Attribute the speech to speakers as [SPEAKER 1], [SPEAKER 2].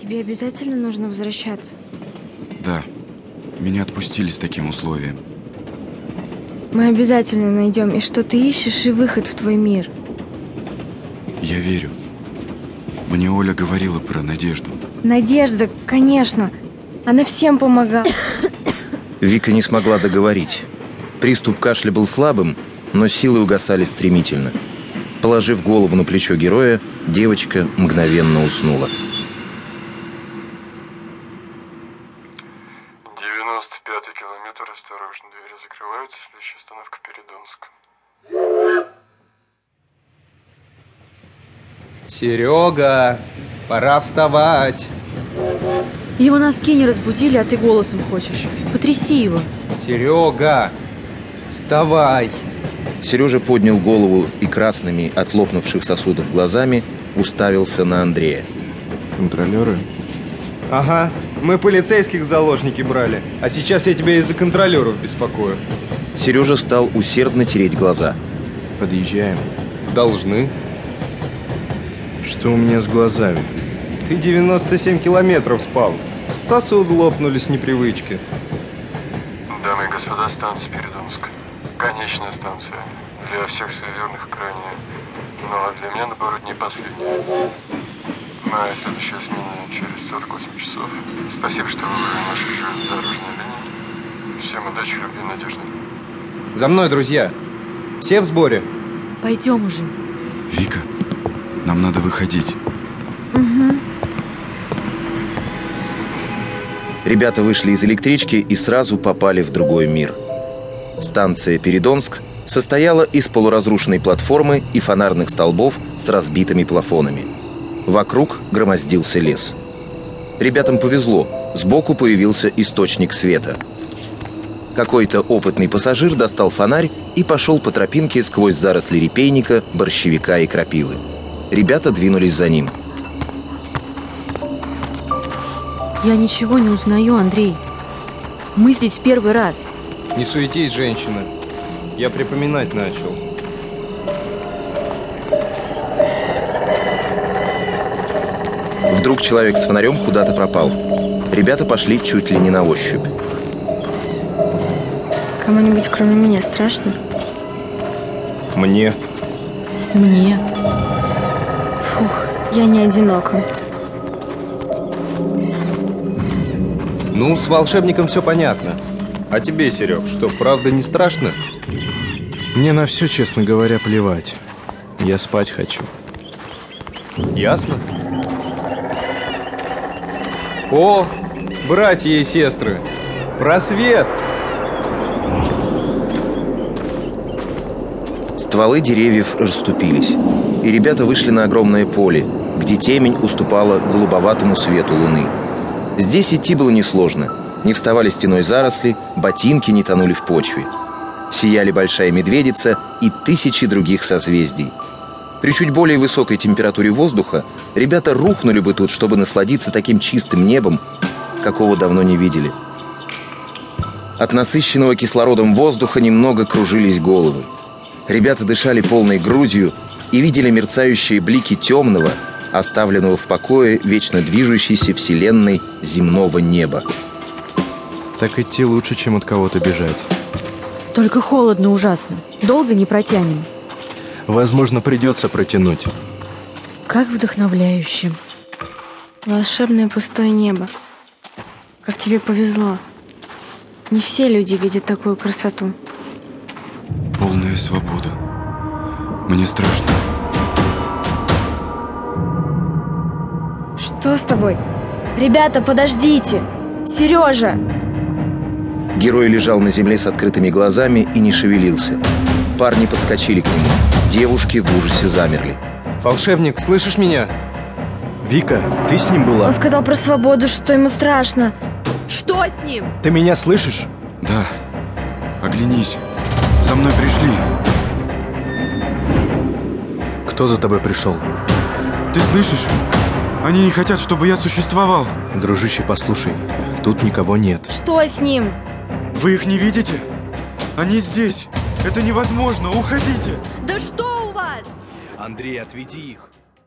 [SPEAKER 1] Тебе обязательно нужно возвращаться?
[SPEAKER 2] Да, меня отпустили с таким условием.
[SPEAKER 1] Мы обязательно найдем и что ты ищешь, и выход в твой мир.
[SPEAKER 2] Я верю. Мне Оля говорила про надежду.
[SPEAKER 1] Надежда, конечно. Она всем помогала.
[SPEAKER 3] Вика не смогла договорить. Приступ кашля был слабым, но силы угасали стремительно. Положив голову на плечо героя, девочка мгновенно уснула.
[SPEAKER 4] 95 километр, осторожно, двери закрываются, следующая остановка Передонск.
[SPEAKER 5] Серега, пора вставать.
[SPEAKER 6] Его носки не разбудили, а ты голосом хочешь. Потряси его.
[SPEAKER 5] Серега, вставай.
[SPEAKER 3] Сережа поднял голову и красными от лопнувших сосудов глазами уставился на Андрея.
[SPEAKER 2] Контролеры?
[SPEAKER 5] Ага, мы полицейских в заложники брали, а сейчас я тебя из-за контролеров беспокою.
[SPEAKER 3] Сережа стал усердно тереть глаза.
[SPEAKER 2] Подъезжаем.
[SPEAKER 5] Должны.
[SPEAKER 2] Что у меня с глазами?
[SPEAKER 5] Ты 97 километров спал. Сосуды лопнули с непривычки.
[SPEAKER 4] Дамы и господа, станция Передонск. Конечная станция. Для всех суеверных крайняя. Ну а для меня, наоборот, не последняя. Моя следующая смена через 48 часов. Спасибо, что выбрали нашу железнодорожную линию. Всем удачи, любви, надежды.
[SPEAKER 5] За мной, друзья. Все в сборе.
[SPEAKER 6] Пойдем уже.
[SPEAKER 2] Вика, нам надо выходить.
[SPEAKER 3] Ребята вышли из электрички и сразу попали в другой мир. Станция Передонск состояла из полуразрушенной платформы и фонарных столбов с разбитыми плафонами. Вокруг громоздился лес. Ребятам повезло, сбоку появился источник света. Какой-то опытный пассажир достал фонарь и пошел по тропинке сквозь заросли репейника, борщевика и крапивы. Ребята двинулись за ним.
[SPEAKER 6] Я ничего не узнаю, Андрей. Мы здесь в первый раз.
[SPEAKER 5] Не суетись, женщина. Я припоминать начал.
[SPEAKER 3] Вдруг человек с фонарем куда-то пропал. Ребята пошли чуть ли не на ощупь.
[SPEAKER 1] Кому-нибудь кроме меня страшно?
[SPEAKER 5] Мне.
[SPEAKER 6] Мне.
[SPEAKER 1] Фух, я не одинока.
[SPEAKER 5] Ну, с волшебником все понятно. А тебе, Серег, что, правда не страшно?
[SPEAKER 7] Мне на все, честно говоря, плевать. Я спать хочу.
[SPEAKER 5] Ясно. О, братья и сестры, просвет!
[SPEAKER 3] Стволы деревьев расступились, и ребята вышли на огромное поле, где темень уступала голубоватому свету луны. Здесь идти было несложно. Не вставали стеной заросли, ботинки не тонули в почве. Сияли большая медведица и тысячи других созвездий. При чуть более высокой температуре воздуха ребята рухнули бы тут, чтобы насладиться таким чистым небом, какого давно не видели. От насыщенного кислородом воздуха немного кружились головы. Ребята дышали полной грудью и видели мерцающие блики темного, оставленного в покое вечно движущейся вселенной земного неба.
[SPEAKER 7] Так идти лучше, чем от кого-то бежать.
[SPEAKER 6] Только холодно ужасно. Долго не протянем.
[SPEAKER 7] Возможно, придется протянуть.
[SPEAKER 6] Как вдохновляюще.
[SPEAKER 1] Волшебное пустое небо. Как тебе повезло. Не все люди видят такую красоту.
[SPEAKER 2] Полная свобода. Мне страшно.
[SPEAKER 1] Что с тобой? Ребята, подождите! Сережа!
[SPEAKER 3] Герой лежал на земле с открытыми глазами и не шевелился. Парни подскочили к нему. Девушки в ужасе замерли.
[SPEAKER 5] Волшебник, слышишь меня?
[SPEAKER 7] Вика, ты с ним была?
[SPEAKER 1] Он сказал про свободу, что ему страшно.
[SPEAKER 6] Что с ним?
[SPEAKER 7] Ты меня слышишь?
[SPEAKER 2] Да. Оглянись. За мной пришли.
[SPEAKER 7] Кто за тобой пришел?
[SPEAKER 2] Ты слышишь? Они не хотят, чтобы я существовал.
[SPEAKER 7] Дружище, послушай, тут никого нет.
[SPEAKER 1] Что с ним?
[SPEAKER 2] Вы их не видите? Они здесь. Это невозможно. Уходите.
[SPEAKER 6] Да что у вас?
[SPEAKER 7] Андрей, отведи их.